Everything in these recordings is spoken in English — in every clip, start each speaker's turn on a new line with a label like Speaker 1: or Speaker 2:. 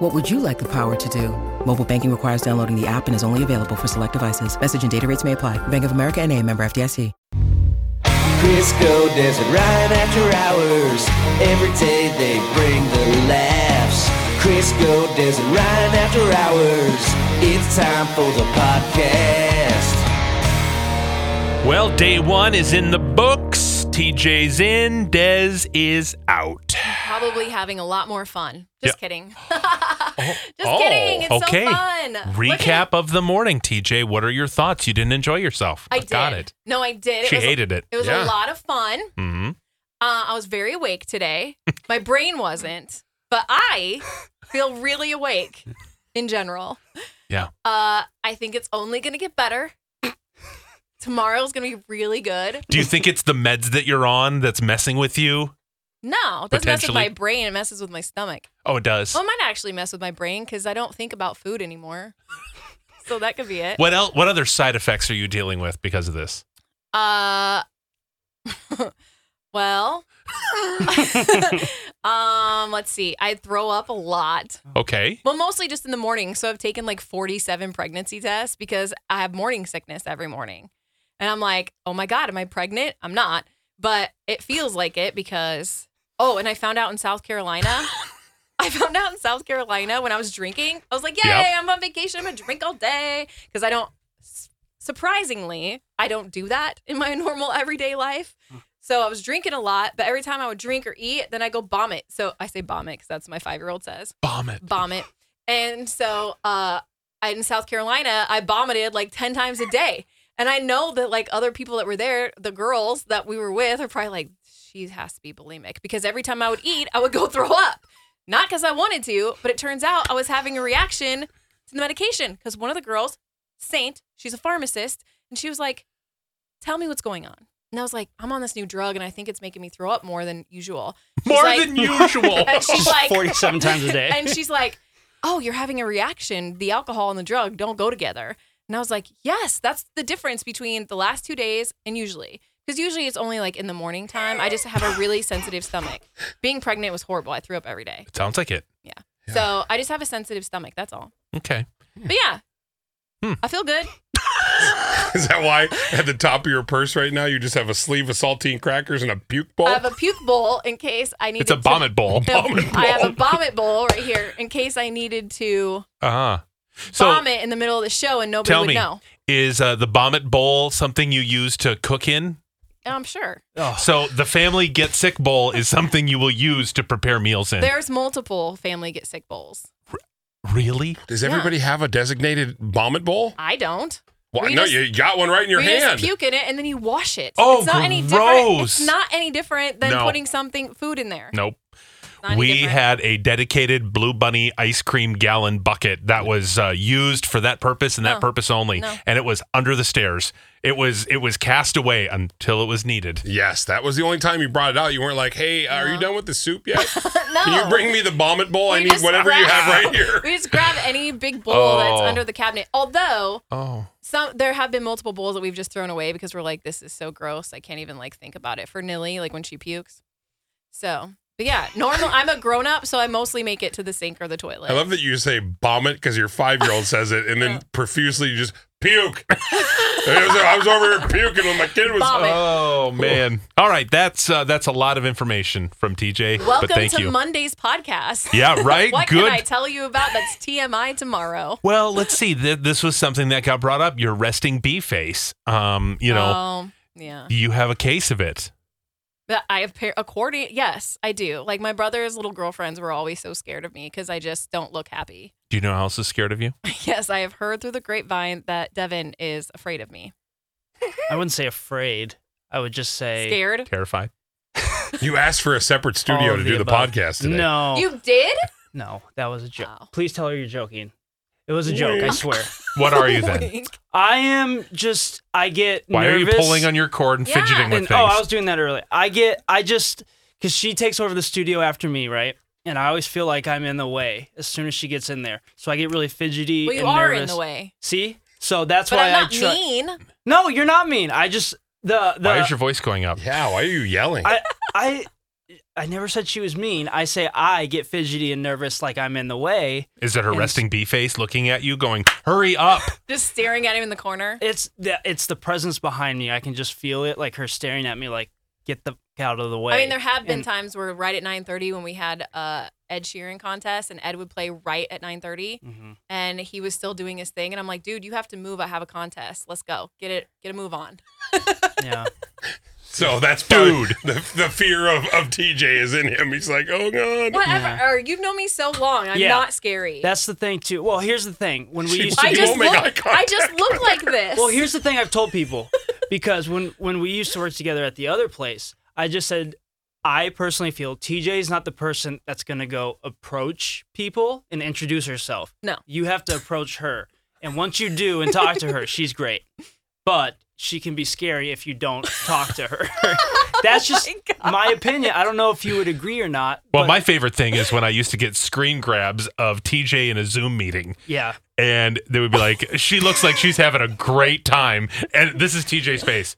Speaker 1: What would you like the power to do? Mobile banking requires downloading the app and is only available for select devices. Message and data rates may apply. Bank of America and a member FDIC.
Speaker 2: Crisco doesn't rhyme after hours. Every day they bring the laughs. Crisco doesn't rhyme after hours. It's time for the podcast.
Speaker 3: Well, day one is in the books. TJ's in, Dez is out.
Speaker 4: probably having a lot more fun. Just
Speaker 3: Yeah. Oh,
Speaker 4: kidding. Just kidding. It's
Speaker 3: okay.
Speaker 4: so fun. Look
Speaker 3: Recap
Speaker 4: at-
Speaker 3: of the morning, TJ. What are your thoughts? You didn't enjoy yourself.
Speaker 4: I did.
Speaker 3: Got it.
Speaker 4: No, I did.
Speaker 3: She
Speaker 4: was,
Speaker 3: hated it.
Speaker 4: It was
Speaker 3: Yeah.
Speaker 4: a lot of fun.
Speaker 3: hmm
Speaker 4: Uh, I was very awake today. My brain wasn't, but I feel really awake in general.
Speaker 3: Yeah.
Speaker 4: Uh, I think it's only going to get better. Tomorrow's going to be really good.
Speaker 3: Do you think it's the meds that you're on that's messing with you?
Speaker 4: No, it doesn't mess with
Speaker 3: Potentially.
Speaker 4: my brain. It messes with my stomach.
Speaker 3: Oh, it does.
Speaker 4: Well, it might actually mess with my brain because I don't think about food anymore. so that could be it.
Speaker 3: What else? What other side effects are you dealing with because of this?
Speaker 4: Uh, well, um, let's see. I throw up a lot.
Speaker 3: Okay.
Speaker 4: Well, mostly just in the morning. So I've taken like 47 pregnancy tests because I have morning sickness every morning. And I'm like, oh my God, am I pregnant? I'm not. But it feels like it because, oh, and I found out in South Carolina. I found out in South Carolina when I was drinking. I was like, yay,
Speaker 3: Yep.
Speaker 4: I'm on vacation. I'm going to drink all day because I don't, s- surprisingly, I don't do that in my normal everyday life. So I was drinking a lot, but every time I would drink or eat, then I go vomit. So I say vomit because that's what my five year old says
Speaker 3: Vomit.
Speaker 4: vomit. And so uh, I- in South Carolina, I vomited like 10 times a day. And I know that like other people that were there, the girls that we were with are probably like, she has to be bulimic because every time I would eat, I would go throw up. Not because I wanted to, but it turns out I was having a reaction to the medication because one of the girls, Saint, she's a pharmacist, and she was like, tell me what's going on. And I was like, I'm on this new drug and I think it's making me throw up more than usual. She's
Speaker 3: More
Speaker 4: like-
Speaker 3: than usual.
Speaker 4: And she's like,
Speaker 5: 47 times a day.
Speaker 4: and she's like, "Oh, you're having a reaction. The alcohol and the drug don't go together." And I was like, "Yes, that's the difference between the last two days and usually." Because usually it's only like in the morning time. I just have a really sensitive stomach. Being pregnant was horrible. I threw up every day.
Speaker 3: Sounds like it.
Speaker 4: So I just have a sensitive stomach. That's all.
Speaker 3: Okay.
Speaker 4: But yeah,
Speaker 3: Hmm.
Speaker 4: I feel good.
Speaker 6: Is that why at the top of your purse right now you just have a sleeve of saltine crackers and a puke bowl?
Speaker 4: I have a puke bowl in case I need
Speaker 3: Oh. It's a vomit bowl.
Speaker 6: Vomit
Speaker 4: I have a
Speaker 6: bowl.
Speaker 4: vomit bowl right here in case I needed to
Speaker 3: Uh huh. So
Speaker 4: vomit in the middle of the show and nobody
Speaker 3: tell
Speaker 4: would
Speaker 3: me,
Speaker 4: know.
Speaker 3: is uh, the vomit bowl something you use to cook in?
Speaker 4: And I'm sure.
Speaker 3: So the family get sick bowl is something you will use to prepare meals in.
Speaker 4: There's multiple family get sick bowls.
Speaker 3: really?
Speaker 6: Does
Speaker 4: yeah.
Speaker 6: everybody have a designated vomit bowl?
Speaker 4: I don't.
Speaker 6: Well,
Speaker 4: We
Speaker 6: no,
Speaker 4: just-
Speaker 6: you got one right in your
Speaker 4: you
Speaker 6: hand.
Speaker 4: just puke in it and then you wash it.
Speaker 3: Oh,
Speaker 4: it's not any different.
Speaker 3: gross.
Speaker 4: It's not any different than
Speaker 3: No.
Speaker 4: putting something food in there.
Speaker 3: Nope.
Speaker 4: It's not any
Speaker 3: We
Speaker 4: different.
Speaker 3: had a dedicated Blue Bunny ice cream gallon bucket that was uh, used for that purpose and that
Speaker 4: No.
Speaker 3: purpose only,
Speaker 4: No.
Speaker 3: and it was under the stairs. It was it was cast away until it was needed.
Speaker 6: yes, that was the only time you brought it out. You weren't like, "Hey, are you done with the soup yet?
Speaker 4: no.
Speaker 6: Can you bring me the vomit bowl? I
Speaker 4: We
Speaker 6: need
Speaker 4: just
Speaker 6: whatever you
Speaker 4: grabbed-
Speaker 6: have right here."
Speaker 4: We just grab any big bowl that's
Speaker 3: Oh.
Speaker 4: under the cabinet. Although
Speaker 3: Oh,
Speaker 4: some there have been multiple bowls that we've just thrown away because we're like, this is so gross. I can't even like think about it for Nilly, like when she pukes. So but yeah, normal I'm a grown up, so I mostly make it to the sink or the toilet.
Speaker 6: I love that you say vomit because your five year old says it, and then profusely you just puke. It was- I was over here puking when my kid was. uh,
Speaker 4: Vomit.
Speaker 3: oh man! All right, that's uh, that's a lot of information from TJ.
Speaker 4: Welcome
Speaker 3: but thank
Speaker 4: to
Speaker 3: you.
Speaker 4: Monday's podcast.
Speaker 3: yeah, right.
Speaker 4: What
Speaker 3: Good
Speaker 4: can I tell you about that's TMI tomorrow?
Speaker 3: Well, let's see. Th- This was something that got brought up. Your resting bee face. Um, you
Speaker 5: Oh.
Speaker 3: know,
Speaker 4: Um, yeah.
Speaker 3: you have a case of it.
Speaker 4: But I have par- according yes, I do. Like my brother's little girlfriends were always so scared of me because I just don't look happy.
Speaker 3: Do you know how else is scared of you?
Speaker 4: yes, I have heard through the grapevine that Devin is afraid of me.
Speaker 5: I wouldn't say afraid. I would just say
Speaker 4: Scared?
Speaker 3: Terrified.
Speaker 6: You asked for a separate studio
Speaker 5: all
Speaker 6: to
Speaker 5: of
Speaker 6: do the
Speaker 5: above.
Speaker 6: podcast today.
Speaker 5: Oh, No,
Speaker 4: You did?
Speaker 5: no, that was a joke.
Speaker 4: Oh.
Speaker 5: Please tell her you're joking. It It was a joke, I
Speaker 6: Wink.
Speaker 5: swear.
Speaker 3: What are you then?
Speaker 5: I am just I get
Speaker 3: Why are you
Speaker 5: nervous
Speaker 3: pulling on your cord and
Speaker 4: Yeah.
Speaker 3: fidgeting with
Speaker 5: and,
Speaker 3: things?
Speaker 5: Oh, I was doing that earlier. I get I just cuz she takes over the studio after me, right? And I always feel like I'm in the way as soon as she gets in there. So I get really fidgety
Speaker 4: Well, you
Speaker 5: and
Speaker 4: are in
Speaker 5: nervous.
Speaker 4: the way.
Speaker 5: See? So that's
Speaker 4: But
Speaker 5: why
Speaker 4: I'm not
Speaker 5: I try
Speaker 4: mean.
Speaker 5: No, you're not mean. I just the the
Speaker 3: Why is your voice going up?
Speaker 6: Yeah, why are you yelling?
Speaker 5: I I I never said she was mean. I say I get fidgety and nervous like I'm in the way.
Speaker 3: Is it her
Speaker 5: And-
Speaker 3: resting bee face looking at you, going, "Hurry up"?
Speaker 4: Just staring at him in the corner.
Speaker 5: It's the it's the presence behind me. I can just feel it like her staring at me like get the f- out of the way.
Speaker 4: I mean, there have been
Speaker 5: And-
Speaker 4: times where right at 9:30 when we had uh, Ed Sheeran contest, and Ed would play right at 9:30,
Speaker 5: Mhm.
Speaker 4: and he was still doing his thing, and I'm like, dude, you have to move. I have a contest. Let's go. Get it. Get a move on.
Speaker 5: Yeah.
Speaker 6: so that's dude. The, the fear of, of TJ is in him. He's like, oh god.
Speaker 4: Whatever. Or you've known me so long. I'm
Speaker 5: Yeah.
Speaker 4: not scary.
Speaker 5: That's the thing too. Well, here's the thing. When we
Speaker 6: She
Speaker 5: used to
Speaker 4: I
Speaker 5: do-
Speaker 6: You
Speaker 4: just
Speaker 6: won't make
Speaker 4: look.
Speaker 6: eye
Speaker 4: I just look like this.
Speaker 5: Well, here's the thing I've told people because when when we used to work together at the other place, I just said I personally feel TJ is not the person that's going to go approach people and introduce herself.
Speaker 4: No.
Speaker 5: You have to approach her. And once you do and talk to her, she's great. But she can be scary if you don't talk to her. that's just
Speaker 4: Oh God.
Speaker 5: my opinion. I don't know if you would agree or not.
Speaker 3: Well,
Speaker 5: but
Speaker 3: my favorite thing is when I used to get screen grabs of TJ in a Zoom meeting,
Speaker 5: yeah.
Speaker 3: and they would be like, "She looks like she's having a great time," and this is TJ's face.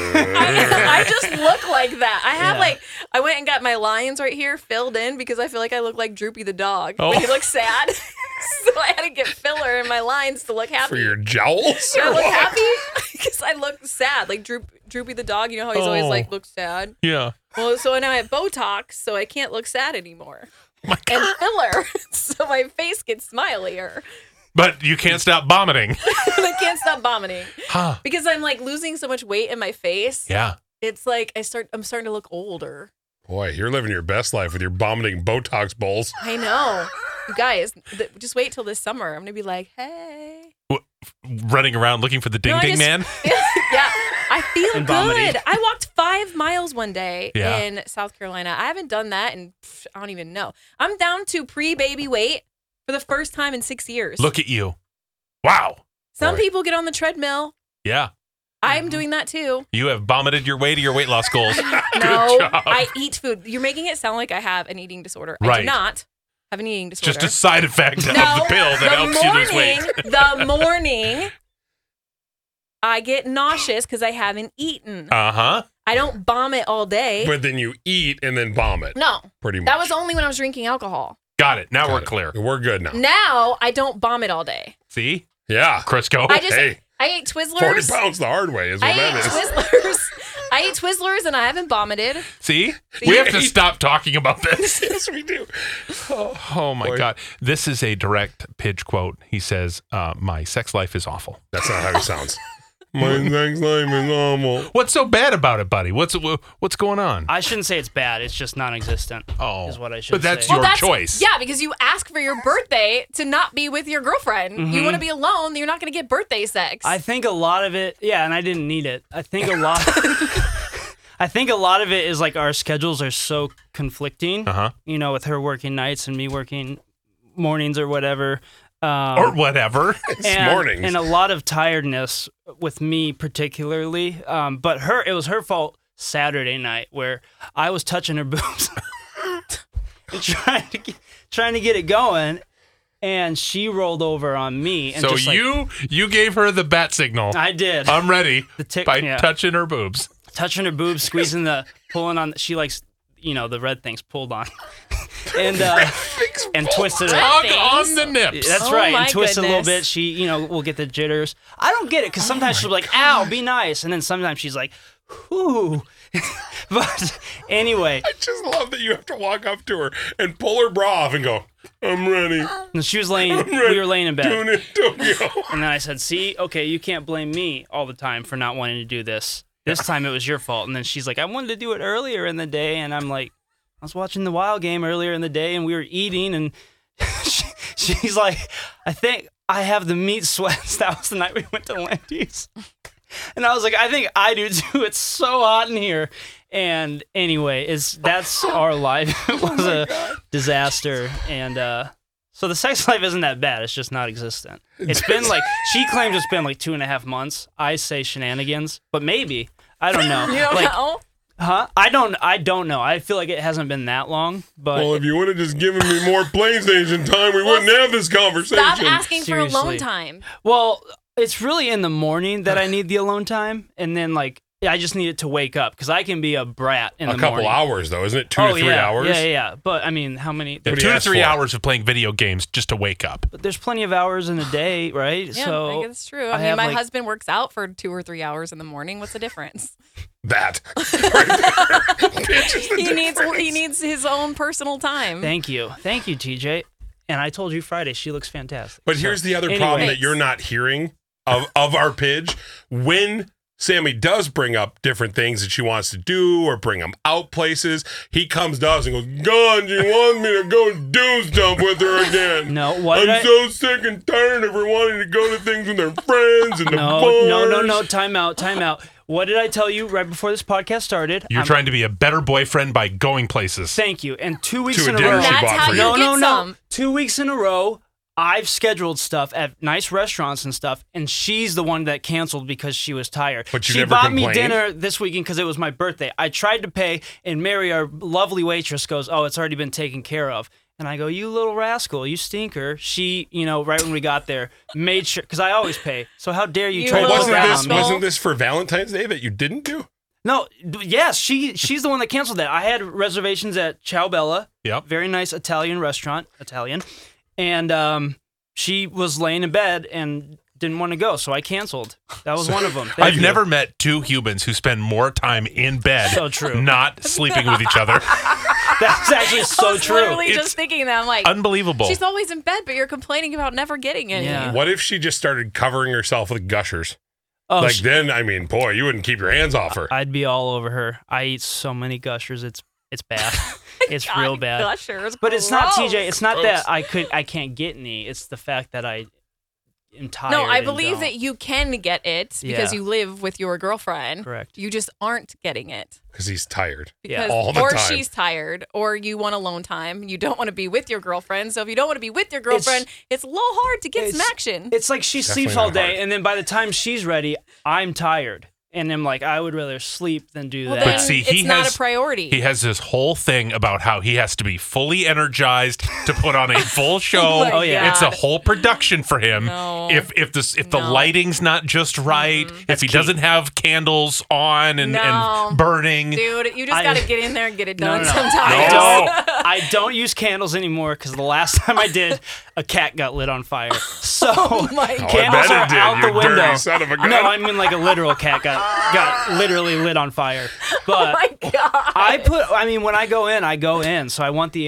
Speaker 4: I just look like that. I have
Speaker 5: Yeah.
Speaker 4: like I went and got my lines right here filled in because I feel like I look like Droopy the dog.
Speaker 3: Oh.
Speaker 4: When he looks sad. so I had to get filler in my lines to look happy.
Speaker 6: For your jowls?
Speaker 4: Do I
Speaker 6: or
Speaker 4: look
Speaker 6: what?
Speaker 4: happy? Because I look sad. Like Droop, Droopy the dog, you know how he's always
Speaker 3: Oh.
Speaker 4: like looks sad.
Speaker 3: Yeah.
Speaker 4: Well, so now I have Botox, so I can't look sad anymore.
Speaker 3: Oh
Speaker 4: and filler, so my face gets smilier.
Speaker 3: But you can't stop vomiting.
Speaker 4: I can't stop vomiting
Speaker 3: Huh.
Speaker 4: because I'm like losing so much weight in my face.
Speaker 3: Yeah.
Speaker 4: It's like I start. I'm starting to look older.
Speaker 6: Boy, you're living your best life with your vomiting Botox bowls.
Speaker 4: I know. You guys, th- just wait till this summer. I'm gonna be like, hey.
Speaker 3: Running around looking for the ding
Speaker 4: No, I
Speaker 3: ding
Speaker 4: just-
Speaker 3: man.
Speaker 4: yeah, I feel
Speaker 5: And
Speaker 4: good.
Speaker 5: vomiting.
Speaker 4: I walked five miles one day
Speaker 3: Yeah.
Speaker 4: in South Carolina. I haven't done that, and I don't even know. I'm down to pre-baby weight for the first time in six years.
Speaker 3: Look at you. Wow.
Speaker 4: some
Speaker 6: Boy.
Speaker 4: people get on the treadmill.
Speaker 3: Yeah. Mm-hmm.
Speaker 4: I'm doing that too.
Speaker 3: You have vomited your way to your weight loss goals.
Speaker 4: no,
Speaker 3: job.
Speaker 4: I eat food. You're making it sound like I have an eating disorder. I
Speaker 3: Right.
Speaker 4: do not have an eating
Speaker 3: It's
Speaker 4: disorder.
Speaker 3: just a side effect of
Speaker 4: No,
Speaker 3: the pill that
Speaker 4: the
Speaker 3: helps you lose weight.
Speaker 4: morning- the morning, I get nauseous because I haven't eaten.
Speaker 3: Uh huh.
Speaker 4: I don't vomit all day.
Speaker 6: But then you eat and then vomit.
Speaker 4: no,
Speaker 6: Pretty much.
Speaker 4: that was only when I was drinking alcohol.
Speaker 3: Got it. Now
Speaker 6: Got
Speaker 3: we're
Speaker 6: it.
Speaker 3: clear.
Speaker 6: We're good now.
Speaker 4: Now I don't vomit all day.
Speaker 3: See?
Speaker 6: Yeah.
Speaker 3: Crisco.
Speaker 4: I just
Speaker 6: Oh, hey.
Speaker 4: I ate
Speaker 6: 40
Speaker 4: Twizzlers.
Speaker 6: pounds the hard way is
Speaker 4: I
Speaker 6: what that
Speaker 4: ate
Speaker 6: is.
Speaker 4: Twizzlers. I ate Twizzlers and I haven't vomited.
Speaker 3: See? We have to
Speaker 6: See?
Speaker 3: stop talking about this.
Speaker 6: yes, we do.
Speaker 3: Oh my
Speaker 6: Boy.
Speaker 3: God. This is a direct pitch quote. He says, uh, My sex life is awful.
Speaker 6: That's not how he sounds. My next name is normal.
Speaker 3: What's so bad about it, buddy? What's wha- what's going on?
Speaker 5: I shouldn't say it's bad. It's just non-existent.
Speaker 3: Oh.
Speaker 5: is what I should
Speaker 3: But that's
Speaker 5: say.
Speaker 3: your choice.
Speaker 4: Yeah, because you ask for your birthday to not be with your girlfriend. You want to be alone. You're not going to get birthday sex.
Speaker 5: Mm-hmm. I think a lot of it, yeah, and I didn't need it. I think a lot. I think a lot of it is like our schedules are so conflicting.
Speaker 3: Uh huh.
Speaker 5: You know, with her working nights and me working mornings or whatever. Um,
Speaker 3: Or whatever.
Speaker 5: and,
Speaker 6: mornings.
Speaker 5: and a lot of tiredness with me particularly. Um, but her, it was her fault Saturday night where I was touching her boobs and trying to get, trying to get it going, and she rolled over on me. And
Speaker 3: so
Speaker 5: just, like,
Speaker 3: you you gave her the bat signal.
Speaker 5: I did.
Speaker 3: I'm ready
Speaker 5: The tick-
Speaker 3: by
Speaker 5: yeah.
Speaker 3: touching her boobs.
Speaker 5: touching her boobs, squeezing the, pulling on. She likes, you know, the red things pulled on, and uh, and twisted it.
Speaker 3: Tug
Speaker 4: things.
Speaker 3: on the nips.
Speaker 5: That's
Speaker 4: Oh
Speaker 5: right,
Speaker 4: my
Speaker 5: and twist it a little
Speaker 4: goodness. Oh
Speaker 5: bit. She, you know, will get the jitters. I don't get it because sometimes she'll be like, "Ow, be nice," and then sometimes she's like, "Whoo." but anyway,
Speaker 6: I just love that you have to walk up to her and pull her bra off and go, I'm ready.
Speaker 5: and she was laying.
Speaker 6: ready.
Speaker 5: We were laying in
Speaker 6: Doing
Speaker 5: bed,
Speaker 6: it, Tokyo.
Speaker 5: and then I said, "See, okay, you can't blame me all the time for not wanting to do this. This time it was your fault." And then she's like, "I wanted to do it earlier in the day," and I'm like, "I was watching the Wild game earlier in the day, and we were eating, and she, she's like, I think." I have the meat sweats. That was the night we went to Landy's. And I was like, I think I do too. It's so hot in here. And
Speaker 4: Oh
Speaker 5: anyway, it's that's our life. It was a disaster. And uh So the sex life isn't that bad. It's just not existent. It's been like she claims it's been like two and a half months. I say shenanigans, but maybe I don't know.
Speaker 4: You don't
Speaker 5: like,
Speaker 4: know?
Speaker 5: huh? I don't. I don't know. I feel like it hasn't been that long, but
Speaker 6: Well, if you would have just given me more PlayStation time, we wouldn't have this conversation.
Speaker 4: Stop asking for alone
Speaker 5: Seriously.
Speaker 4: time.
Speaker 5: Well, it's really in the morning that I need the alone time, and then like I just need it to wake up because I can be a brat in
Speaker 6: a
Speaker 5: the
Speaker 6: couple
Speaker 5: morning.
Speaker 6: hours though, isn't it? Two
Speaker 5: oh,
Speaker 6: to three
Speaker 5: yeah,
Speaker 6: hours.
Speaker 5: Yeah, yeah. But I mean, how many?
Speaker 6: Yeah.
Speaker 5: But
Speaker 6: do
Speaker 3: Two
Speaker 6: you
Speaker 3: to
Speaker 6: ask
Speaker 3: three
Speaker 6: for?
Speaker 3: hours of playing video games just to wake up.
Speaker 5: there's plenty of hours in a day, right?
Speaker 4: Yeah,
Speaker 5: so
Speaker 4: I think it's true.
Speaker 5: I
Speaker 4: I, mean,
Speaker 5: have,
Speaker 4: my
Speaker 5: like-
Speaker 4: husband works out for two or three hours in the morning. What's the difference?
Speaker 6: That. Right there. Bitch, it's the
Speaker 4: he needs he
Speaker 6: difference.
Speaker 4: needs his own personal time.
Speaker 5: Thank you. Thank you, TJ. And I told you Friday, she looks fantastic.
Speaker 6: But
Speaker 5: So-
Speaker 6: here's the other problem that
Speaker 4: Anyways.
Speaker 6: you're not hearing of, of our pitch. When Sammy does bring up different things that she wants to do or bring them out places, he comes to us and goes, God, you want me to go do stuff with her again?
Speaker 5: No, what
Speaker 6: I'm
Speaker 5: did I-
Speaker 6: so sick and tired of her wanting to go to things with her friends and the
Speaker 5: No, no, no,
Speaker 6: bars."
Speaker 5: no. Time out. Time out. What did I tell you right before this podcast started?
Speaker 3: You're
Speaker 5: I'm-
Speaker 3: trying to be a better boyfriend by going places.
Speaker 5: Thank you. And two weeks
Speaker 6: To a
Speaker 5: in a
Speaker 6: dinner
Speaker 5: row.
Speaker 6: she
Speaker 4: That's
Speaker 6: bought
Speaker 4: how
Speaker 6: for
Speaker 4: you
Speaker 5: no,
Speaker 4: get
Speaker 5: no, no.
Speaker 4: some.
Speaker 5: Two weeks in a row, I've scheduled stuff at nice restaurants and stuff, and she's the one that canceled because she was tired.
Speaker 6: But you
Speaker 5: she
Speaker 6: never
Speaker 5: bought me
Speaker 6: complained?
Speaker 5: dinner this weekend because it was my birthday. I tried to pay, and Mary, our lovely waitress, goes, "Oh, it's already been taken care of." And I go, "You little rascal, you stinker!" She, you know, right when we got there, made sure because I always pay. So how dare you,
Speaker 4: You
Speaker 5: try to
Speaker 6: But
Speaker 4: little
Speaker 5: look
Speaker 6: wasn't
Speaker 5: down
Speaker 6: this
Speaker 5: on me?
Speaker 4: rascal.
Speaker 6: wasn't this for Valentine's Day that you didn't do?
Speaker 5: No, d- yes, she she's the one that canceled that. I had reservations at Ciao Bella.
Speaker 3: Yep.
Speaker 5: Very nice Italian restaurant, Italian. And um she was laying in bed and didn't want to go, so I canceled. That was one of them. Thank
Speaker 3: I've
Speaker 5: you.
Speaker 3: never met two humans who spend more time in bed,
Speaker 5: So true.
Speaker 3: not sleeping with each other.
Speaker 5: That's actually
Speaker 4: I
Speaker 5: so
Speaker 4: was
Speaker 5: true.
Speaker 4: literally
Speaker 3: It's
Speaker 4: just thinking that I'm like,
Speaker 3: Unbelievable.
Speaker 4: she's always in bed, but you're complaining about never getting any.
Speaker 5: Yeah.
Speaker 6: What if she just started covering herself with gushers?
Speaker 5: Oh,
Speaker 6: like
Speaker 5: sh-
Speaker 6: then, I mean, boy, you wouldn't keep your hands off her.
Speaker 5: I'd be all over her. I eat so many gushers. It's it's bad. It's
Speaker 4: God,
Speaker 5: real bad.
Speaker 4: Gushers,
Speaker 5: But it's not
Speaker 4: gross.
Speaker 5: TJ. It's not that I could I can't get any. It's the fact that I am tired.
Speaker 4: No, I
Speaker 5: and
Speaker 4: believe
Speaker 5: don't.
Speaker 4: that you can get it because
Speaker 5: Yeah.
Speaker 4: you live with your girlfriend.
Speaker 5: Correct.
Speaker 4: You just aren't getting it
Speaker 6: because he's tired.
Speaker 5: Yeah.
Speaker 4: because
Speaker 6: All the
Speaker 4: or
Speaker 6: time.
Speaker 4: she's tired or you want alone time. You don't want to be with your girlfriend. So if you don't want to be with your girlfriend, it's, a little hard to get some
Speaker 5: It's-
Speaker 4: action.
Speaker 5: It's like she
Speaker 6: Definitely
Speaker 5: sleeps all
Speaker 6: not
Speaker 5: day,
Speaker 6: hard.
Speaker 5: and then by the time she's ready, I'm tired, and I'm like, I would rather sleep than do
Speaker 4: well,
Speaker 5: that.
Speaker 4: then
Speaker 3: But see,
Speaker 4: it's
Speaker 3: he
Speaker 4: not
Speaker 3: has-
Speaker 4: a priority.
Speaker 3: He has this whole thing about how he has to be fully energized to put on a full show.
Speaker 4: my Oh, yeah.
Speaker 3: it's a whole production for him.
Speaker 4: No.
Speaker 3: If if this if the
Speaker 4: No. Mm-hmm.
Speaker 3: lighting's not just right, if he doesn't have candles on and,
Speaker 4: No.
Speaker 3: and burning,
Speaker 4: Dude, you just
Speaker 5: I-
Speaker 4: got to get in there and get it
Speaker 5: no,
Speaker 4: done
Speaker 5: no, no.
Speaker 4: sometimes.
Speaker 5: I
Speaker 3: No.
Speaker 5: don't. I don't use candles anymore because the last time I did, a cat got lit on fire. So
Speaker 4: my
Speaker 6: Oh, I
Speaker 5: candles
Speaker 6: bet it
Speaker 5: are
Speaker 6: did,
Speaker 5: out
Speaker 6: you
Speaker 5: the window.
Speaker 6: dirty son of a gun.
Speaker 5: No, I mean like a literal cat got got literally lit on fire.
Speaker 6: Oh
Speaker 5: But
Speaker 4: my God.
Speaker 5: I put. I mean, when I go in, I go in. So I want the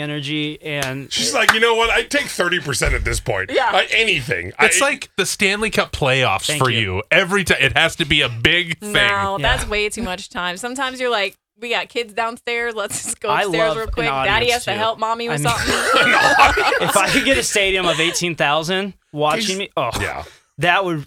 Speaker 5: energy and.
Speaker 6: She's like, you know what? I take thirty percent at this point.
Speaker 4: Yeah.
Speaker 6: I, anything.
Speaker 3: it's
Speaker 6: I,
Speaker 3: like the Stanley Cup playoffs
Speaker 5: Thank
Speaker 3: for you.
Speaker 5: you.
Speaker 3: Every time it has to be a big thing.
Speaker 4: No,
Speaker 5: Yeah.
Speaker 4: that's way too much time. Sometimes you're like, we got kids downstairs. Let's just go
Speaker 5: I
Speaker 4: upstairs
Speaker 5: love
Speaker 4: real
Speaker 5: an
Speaker 4: quick. Daddy
Speaker 5: audience,
Speaker 4: has to
Speaker 5: too.
Speaker 4: help mommy
Speaker 5: I
Speaker 4: with
Speaker 5: mean-
Speaker 4: something.
Speaker 5: If I could get a stadium of eighteen thousand watching me, oh
Speaker 6: Yeah. Oh
Speaker 5: that would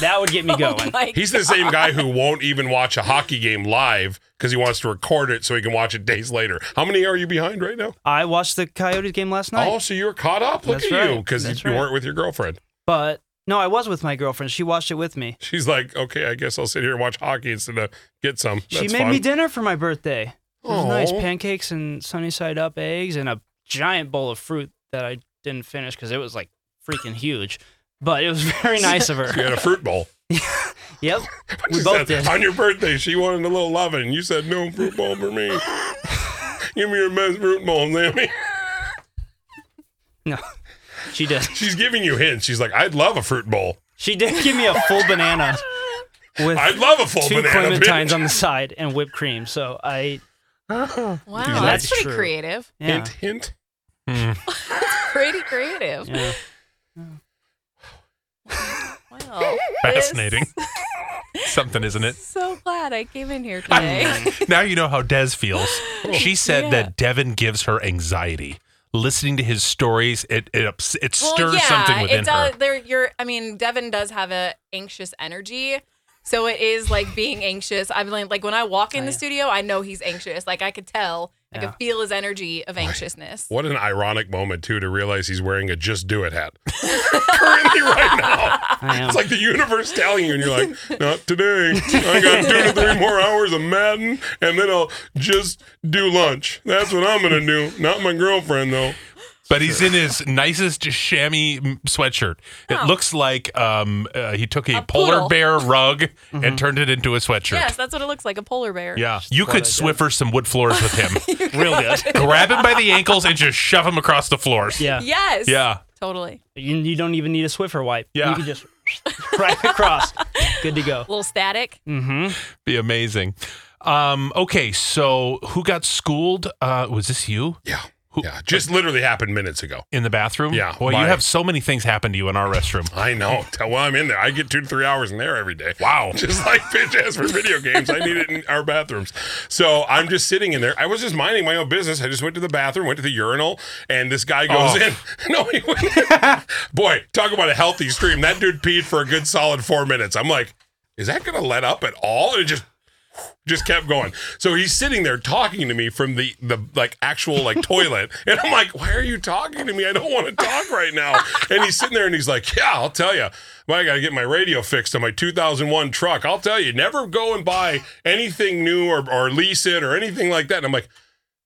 Speaker 5: that would get me going.
Speaker 4: like,
Speaker 6: He's the same guy who won't even watch a hockey game live because he wants to record it so he can watch it days later. How many are you behind right now?
Speaker 5: I watched the Coyotes game last night,
Speaker 6: Oh, so you're caught up. Look
Speaker 5: That's
Speaker 6: at you
Speaker 5: right.
Speaker 6: because
Speaker 5: That's
Speaker 6: you
Speaker 5: right.
Speaker 6: weren't with your girlfriend.
Speaker 5: but no, I was with my girlfriend. She watched it with me.
Speaker 6: She's like, okay, I guess I'll sit here and watch hockey instead of get some.
Speaker 5: She
Speaker 6: That's
Speaker 5: made
Speaker 6: fun.
Speaker 5: me dinner for my birthday. It was nice
Speaker 6: Aw.
Speaker 5: pancakes and sunny side up eggs and a giant bowl of fruit that I didn't finish because it was like freaking huge. But it was very nice of
Speaker 6: You
Speaker 5: her.
Speaker 6: had a fruit bowl.
Speaker 5: yep,
Speaker 6: She
Speaker 5: we
Speaker 6: said,
Speaker 5: both did.
Speaker 6: On your birthday, she wanted a little loving. and You said, no fruit bowl for me. Give me your best fruit bowl, Sammy.
Speaker 5: No, she did.
Speaker 6: She's giving you hints. She's like, I'd love a fruit bowl.
Speaker 5: She did give me a full banana with
Speaker 6: I'd love a full
Speaker 5: two
Speaker 6: banana.
Speaker 5: clementines
Speaker 6: bitch.
Speaker 5: on the side and whipped cream. So I
Speaker 4: wow,
Speaker 6: Dude,
Speaker 4: that's
Speaker 5: that's
Speaker 4: pretty
Speaker 5: true.
Speaker 4: creative.
Speaker 5: yeah.
Speaker 6: Hint, hint.
Speaker 4: Pretty creative.
Speaker 5: yeah.
Speaker 4: Wow.
Speaker 3: Fascinating. Something, isn't it?
Speaker 4: So glad I came in here today.
Speaker 3: now you know how Des feels. She said
Speaker 4: Oh. Yeah.
Speaker 3: that Devin gives her anxiety. Listening to his stories, it it, ups, it stirs
Speaker 4: well, yeah,
Speaker 3: something within
Speaker 4: it does.
Speaker 3: her.
Speaker 4: There, you're. I mean, Devin does have a anxious energy, So it is like being anxious. I'm like, like when I walk in
Speaker 5: Oh,
Speaker 4: the
Speaker 5: yeah.
Speaker 4: studio, I know he's anxious. Like I could tell, I
Speaker 5: Yeah.
Speaker 4: could feel his energy of anxiousness.
Speaker 6: What an ironic moment too to realize he's wearing a "Just Do It" hat currently right now.
Speaker 5: I am.
Speaker 6: It's like the universe telling you, and you're like, "Not today. I got two to three more hours of Madden, and then I'll just do lunch. That's what I'm gonna do. Not my girlfriend though.
Speaker 3: But he's in his nicest chamois mm, sweatshirt. It looks like um, uh, he took a,
Speaker 4: A
Speaker 3: polar
Speaker 4: poodle.
Speaker 3: bear rug
Speaker 5: Mm-hmm.
Speaker 3: and turned it into a sweatshirt.
Speaker 4: Yes, that's what it looks like a polar bear.
Speaker 3: Yeah, you could
Speaker 5: That's what
Speaker 3: swiffer some wood floors with him.
Speaker 5: real good.
Speaker 3: Grab him by the ankles and just shove him across the floors.
Speaker 5: Yeah.
Speaker 4: Yes.
Speaker 3: Yeah.
Speaker 4: Totally.
Speaker 5: You, you don't even need a Swiffer wipe.
Speaker 3: Yeah.
Speaker 5: You can just right across. Good to go.
Speaker 4: A little static.
Speaker 6: Mm.
Speaker 3: Be amazing. Um, okay, so who got schooled? Uh, was this you
Speaker 6: Yeah, yeah. Just literally happened minutes ago.
Speaker 3: in the bathroom?
Speaker 6: Yeah,
Speaker 3: Boy,
Speaker 6: my-
Speaker 3: you have so many things happen to you in our restroom.
Speaker 6: I know. Tell- Well, I'm in there. I get two to three hours in there every day. Wow. Just like bitch ass for video games. I need it in our bathrooms. So I'm just sitting in there. I was just minding my own business. I just went to the bathroom, went to the urinal, and this guy goes
Speaker 3: Oh.
Speaker 6: in. No, he went in. Boy, talk about a healthy stream. That dude peed for a good solid four minutes. I'm like, is that going to let up at all? And it just just kept going. So he's sitting there talking to me from the the like actual like toilet, and I'm like, "Why are you talking to me? I don't want to talk right now." And he's sitting there and he's like, "Yeah, I'll tell you. Well, I got to get my radio fixed on my 2001 truck. I'll tell you. Never go and buy anything new or or lease it or anything like that." And I'm like.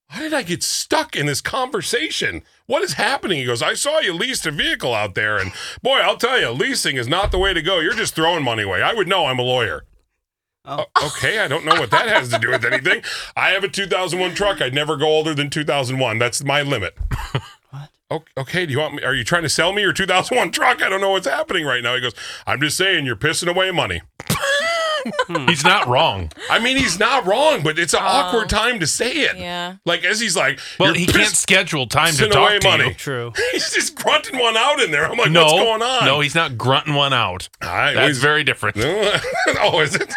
Speaker 6: How did I get stuck in this conversation? What is happening? He goes, I saw you leased a vehicle out there, and boy, I'll tell you, leasing is not the way to go. You're just throwing money away. I would know I'm a lawyer.
Speaker 5: Oh.
Speaker 6: O- okay, I don't know what that has to do with anything. I have a 2001 truck. I'd never go older than 2001. That's my limit.
Speaker 5: What?
Speaker 6: O- Okay, do you want me? Are you trying to sell me your 2001 truck? I don't know what's happening right now. He goes, I'm just saying, you're pissing away money. Hmm.
Speaker 3: He's not wrong.
Speaker 6: I mean, he's not wrong, but it's an awkward time to say it.
Speaker 4: Yeah.
Speaker 6: Like, as he's like,
Speaker 3: Well,
Speaker 6: "You're
Speaker 3: he can't
Speaker 6: piss-
Speaker 3: schedule time to
Speaker 6: pissing
Speaker 3: talk
Speaker 6: away
Speaker 3: to
Speaker 6: money.
Speaker 3: you.
Speaker 5: True.
Speaker 6: He's just grunting one out in there. I'm like,
Speaker 3: No,
Speaker 6: what's going on?
Speaker 3: no, he's not grunting one out.
Speaker 6: I,
Speaker 3: That's
Speaker 6: he's-
Speaker 3: very different.
Speaker 6: oh, is it?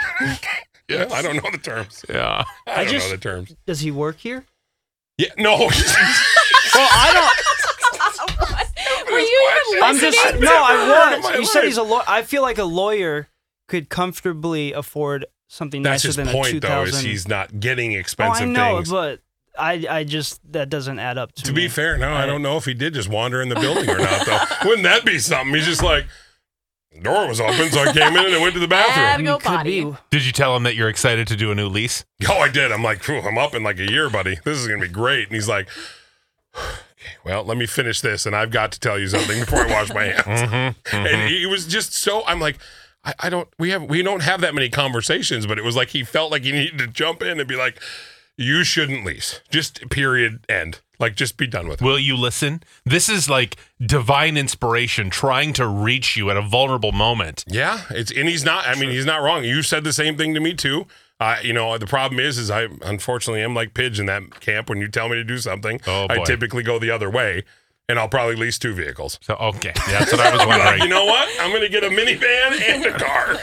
Speaker 6: yeah, I don't know the terms.
Speaker 3: Yeah.
Speaker 6: I,
Speaker 5: I
Speaker 6: don't
Speaker 5: just-
Speaker 6: know the terms.
Speaker 5: Does he work here?
Speaker 6: Yeah, no.
Speaker 5: Well, I don't.
Speaker 4: Oh, Were you even
Speaker 5: I'm
Speaker 4: listening?
Speaker 5: just
Speaker 6: I've
Speaker 5: no.
Speaker 6: never heard
Speaker 5: I
Speaker 6: in my
Speaker 5: was. You said
Speaker 6: life.
Speaker 5: he's a lawyer. I feel like a lawyer could comfortably afford something
Speaker 6: That's
Speaker 5: nicer
Speaker 6: his
Speaker 5: than a
Speaker 6: point,
Speaker 5: 2000.
Speaker 6: though, is he's not getting
Speaker 5: oh, I
Speaker 6: expensive
Speaker 5: know,
Speaker 6: things.
Speaker 5: but I I just that doesn't add up to,
Speaker 6: to be
Speaker 5: me.
Speaker 6: fair, no, I don't know if he did just wander in the building or not, though. Wouldn't that be something? He's just like, the door was open, so I came in and I went to the
Speaker 4: I
Speaker 6: bathroom.
Speaker 4: mean, go
Speaker 5: Could
Speaker 4: potty.
Speaker 5: be.
Speaker 3: Did you tell him that you're excited to do a new lease?
Speaker 6: Oh, I did. I'm like, "Phew, I'm up in like a year, buddy. This is gonna be great. And he's like, okay, well, let me finish this, and I've got to tell you something before I wash my hands. And he was just so. I'm like, I, I don't. We have we don't have that many conversations, but it was like he felt like he needed to jump in and be like, you shouldn't lease. Just period. End. Like, just be done with it.
Speaker 3: Will you listen? This is like divine inspiration trying to reach you at a vulnerable moment.
Speaker 6: Yeah, it's and he's not. I mean, he's not wrong. You said the same thing to me too. Uh, you know, the problem is, is I unfortunately am like Pidge in that camp. When you tell me to do something,
Speaker 3: Oh,
Speaker 6: I
Speaker 3: boy.
Speaker 6: typically go the other way, and I'll probably lease two vehicles.
Speaker 3: So okay, that's what I was wondering.
Speaker 6: You know what? I'm gonna get a minivan and a car.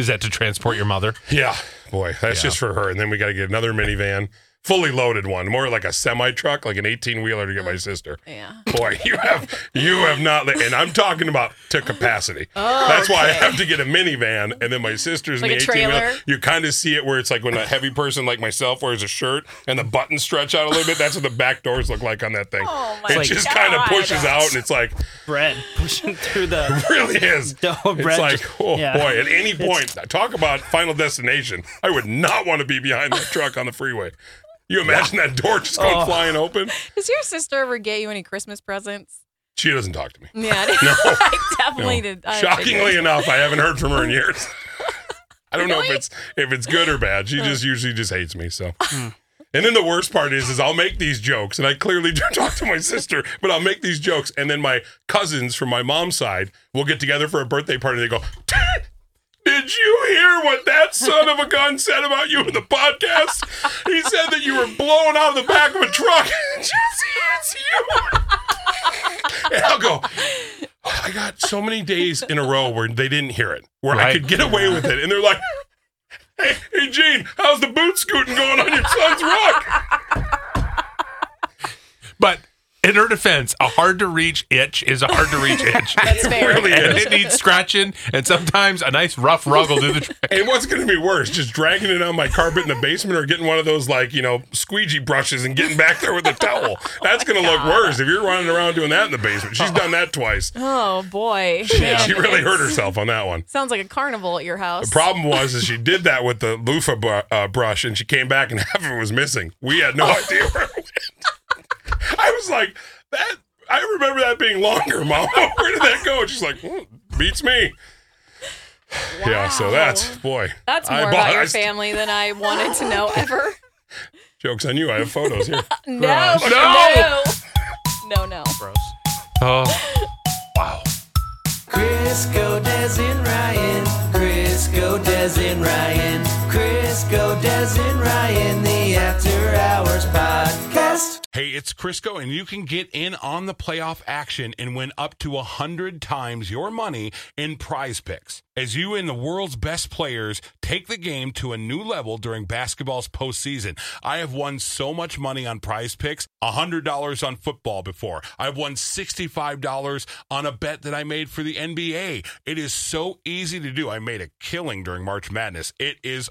Speaker 3: Is that to transport your mother?
Speaker 6: yeah, boy, that's just for her. And then we got to get another minivan, fully loaded one, more like a semi truck, like an 18 wheeler to get my sister.
Speaker 4: Yeah.
Speaker 6: Boy, you have you have not, and I'm talking about to capacity. That's why I have to get a minivan, and then my sister's
Speaker 4: Oh, Like
Speaker 6: in the
Speaker 4: a
Speaker 6: 18 wheeler.
Speaker 4: trailer?
Speaker 6: You kind of see it where it's like when a heavy person like myself wears a shirt and the buttons stretch out a little bit. That's what the back doors look like on that thing.
Speaker 4: Oh my
Speaker 6: it
Speaker 5: Like-
Speaker 6: just kind of
Speaker 4: God.
Speaker 6: pushes out, and it's like
Speaker 5: bread pushing through the
Speaker 6: really is.
Speaker 5: dough bread.
Speaker 6: It's like,
Speaker 5: just-
Speaker 6: oh
Speaker 5: yeah.
Speaker 6: boy, at any point, talk about Final Destination. I would not want to be behind that truck on the freeway. You imagine that door just going flying open?
Speaker 4: Does your sister ever get you any Christmas presents?
Speaker 6: She doesn't talk to me.
Speaker 4: Yeah. I definitely did. I figured.
Speaker 6: Shockingly enough, I haven't heard from her in years. I don't know if
Speaker 4: Really?
Speaker 6: it's if it's good or bad. She just usually just hates me. So, and then the worst part is, is I'll make these jokes, and I clearly do talk to my sister, but I'll make these jokes, and then my cousins from my mom's side will get together for a birthday party. and They go, "Did you hear what that son of a gun said about you in the podcast? He said that you were blown out of the back of a truck. Jesse, it's you." And I'll go, I got so many days in a row where they didn't hear it, where I
Speaker 3: Right.
Speaker 6: could get away with it. And they're like, hey, hey, Gene, how's the boot scooting going on your son's rock?
Speaker 3: But in her defense, a hard to reach itch is a hard to reach itch.
Speaker 4: That's fair.
Speaker 6: Really
Speaker 3: and
Speaker 6: is.
Speaker 3: it needs scratching, and sometimes a nice rough rug will do the trick.
Speaker 6: And what's going to be worse, just dragging it on my carpet in the basement or getting one of those, like, you know, squeegee brushes and getting back there with a towel? That's going to look worse if you're running around doing that in the basement. She's done that twice.
Speaker 4: Oh boy.
Speaker 6: She really hurt herself on that one.
Speaker 4: Sounds like a carnival at your house.
Speaker 6: The problem was is she did that with the loofah br- uh, brush, and she came back and half of it was missing. We had no
Speaker 7: Oh.
Speaker 6: idea where it went. I was like, that. I remember that being longer, Mom. Where did that go? And she's like, "Mm, beats me. Yeah, so
Speaker 4: Wow.
Speaker 6: that's boy.
Speaker 4: That's
Speaker 6: I
Speaker 4: more
Speaker 6: bought-
Speaker 4: about your
Speaker 6: I st-
Speaker 4: family than I wanted to know ever.
Speaker 6: Jokes on you. I have photos here.
Speaker 4: No,
Speaker 3: Gross.
Speaker 4: no, no, no.
Speaker 3: Oh, wow.
Speaker 2: Crisco Des and Ryan. Crisco Des and Ryan. Crisco Des and Ryan. The After Hours Podcast.
Speaker 7: Hey, it's Crisco, and you can get in on the playoff action and win up to 100 times your money in prize picks. As you and the world's best players take the game to a new level during basketball's postseason, I have won so much money on prize picks $100 on football before. I've won $65 on a bet that I made for the NBA. It is so easy to do. I made a killing during March Madness. It is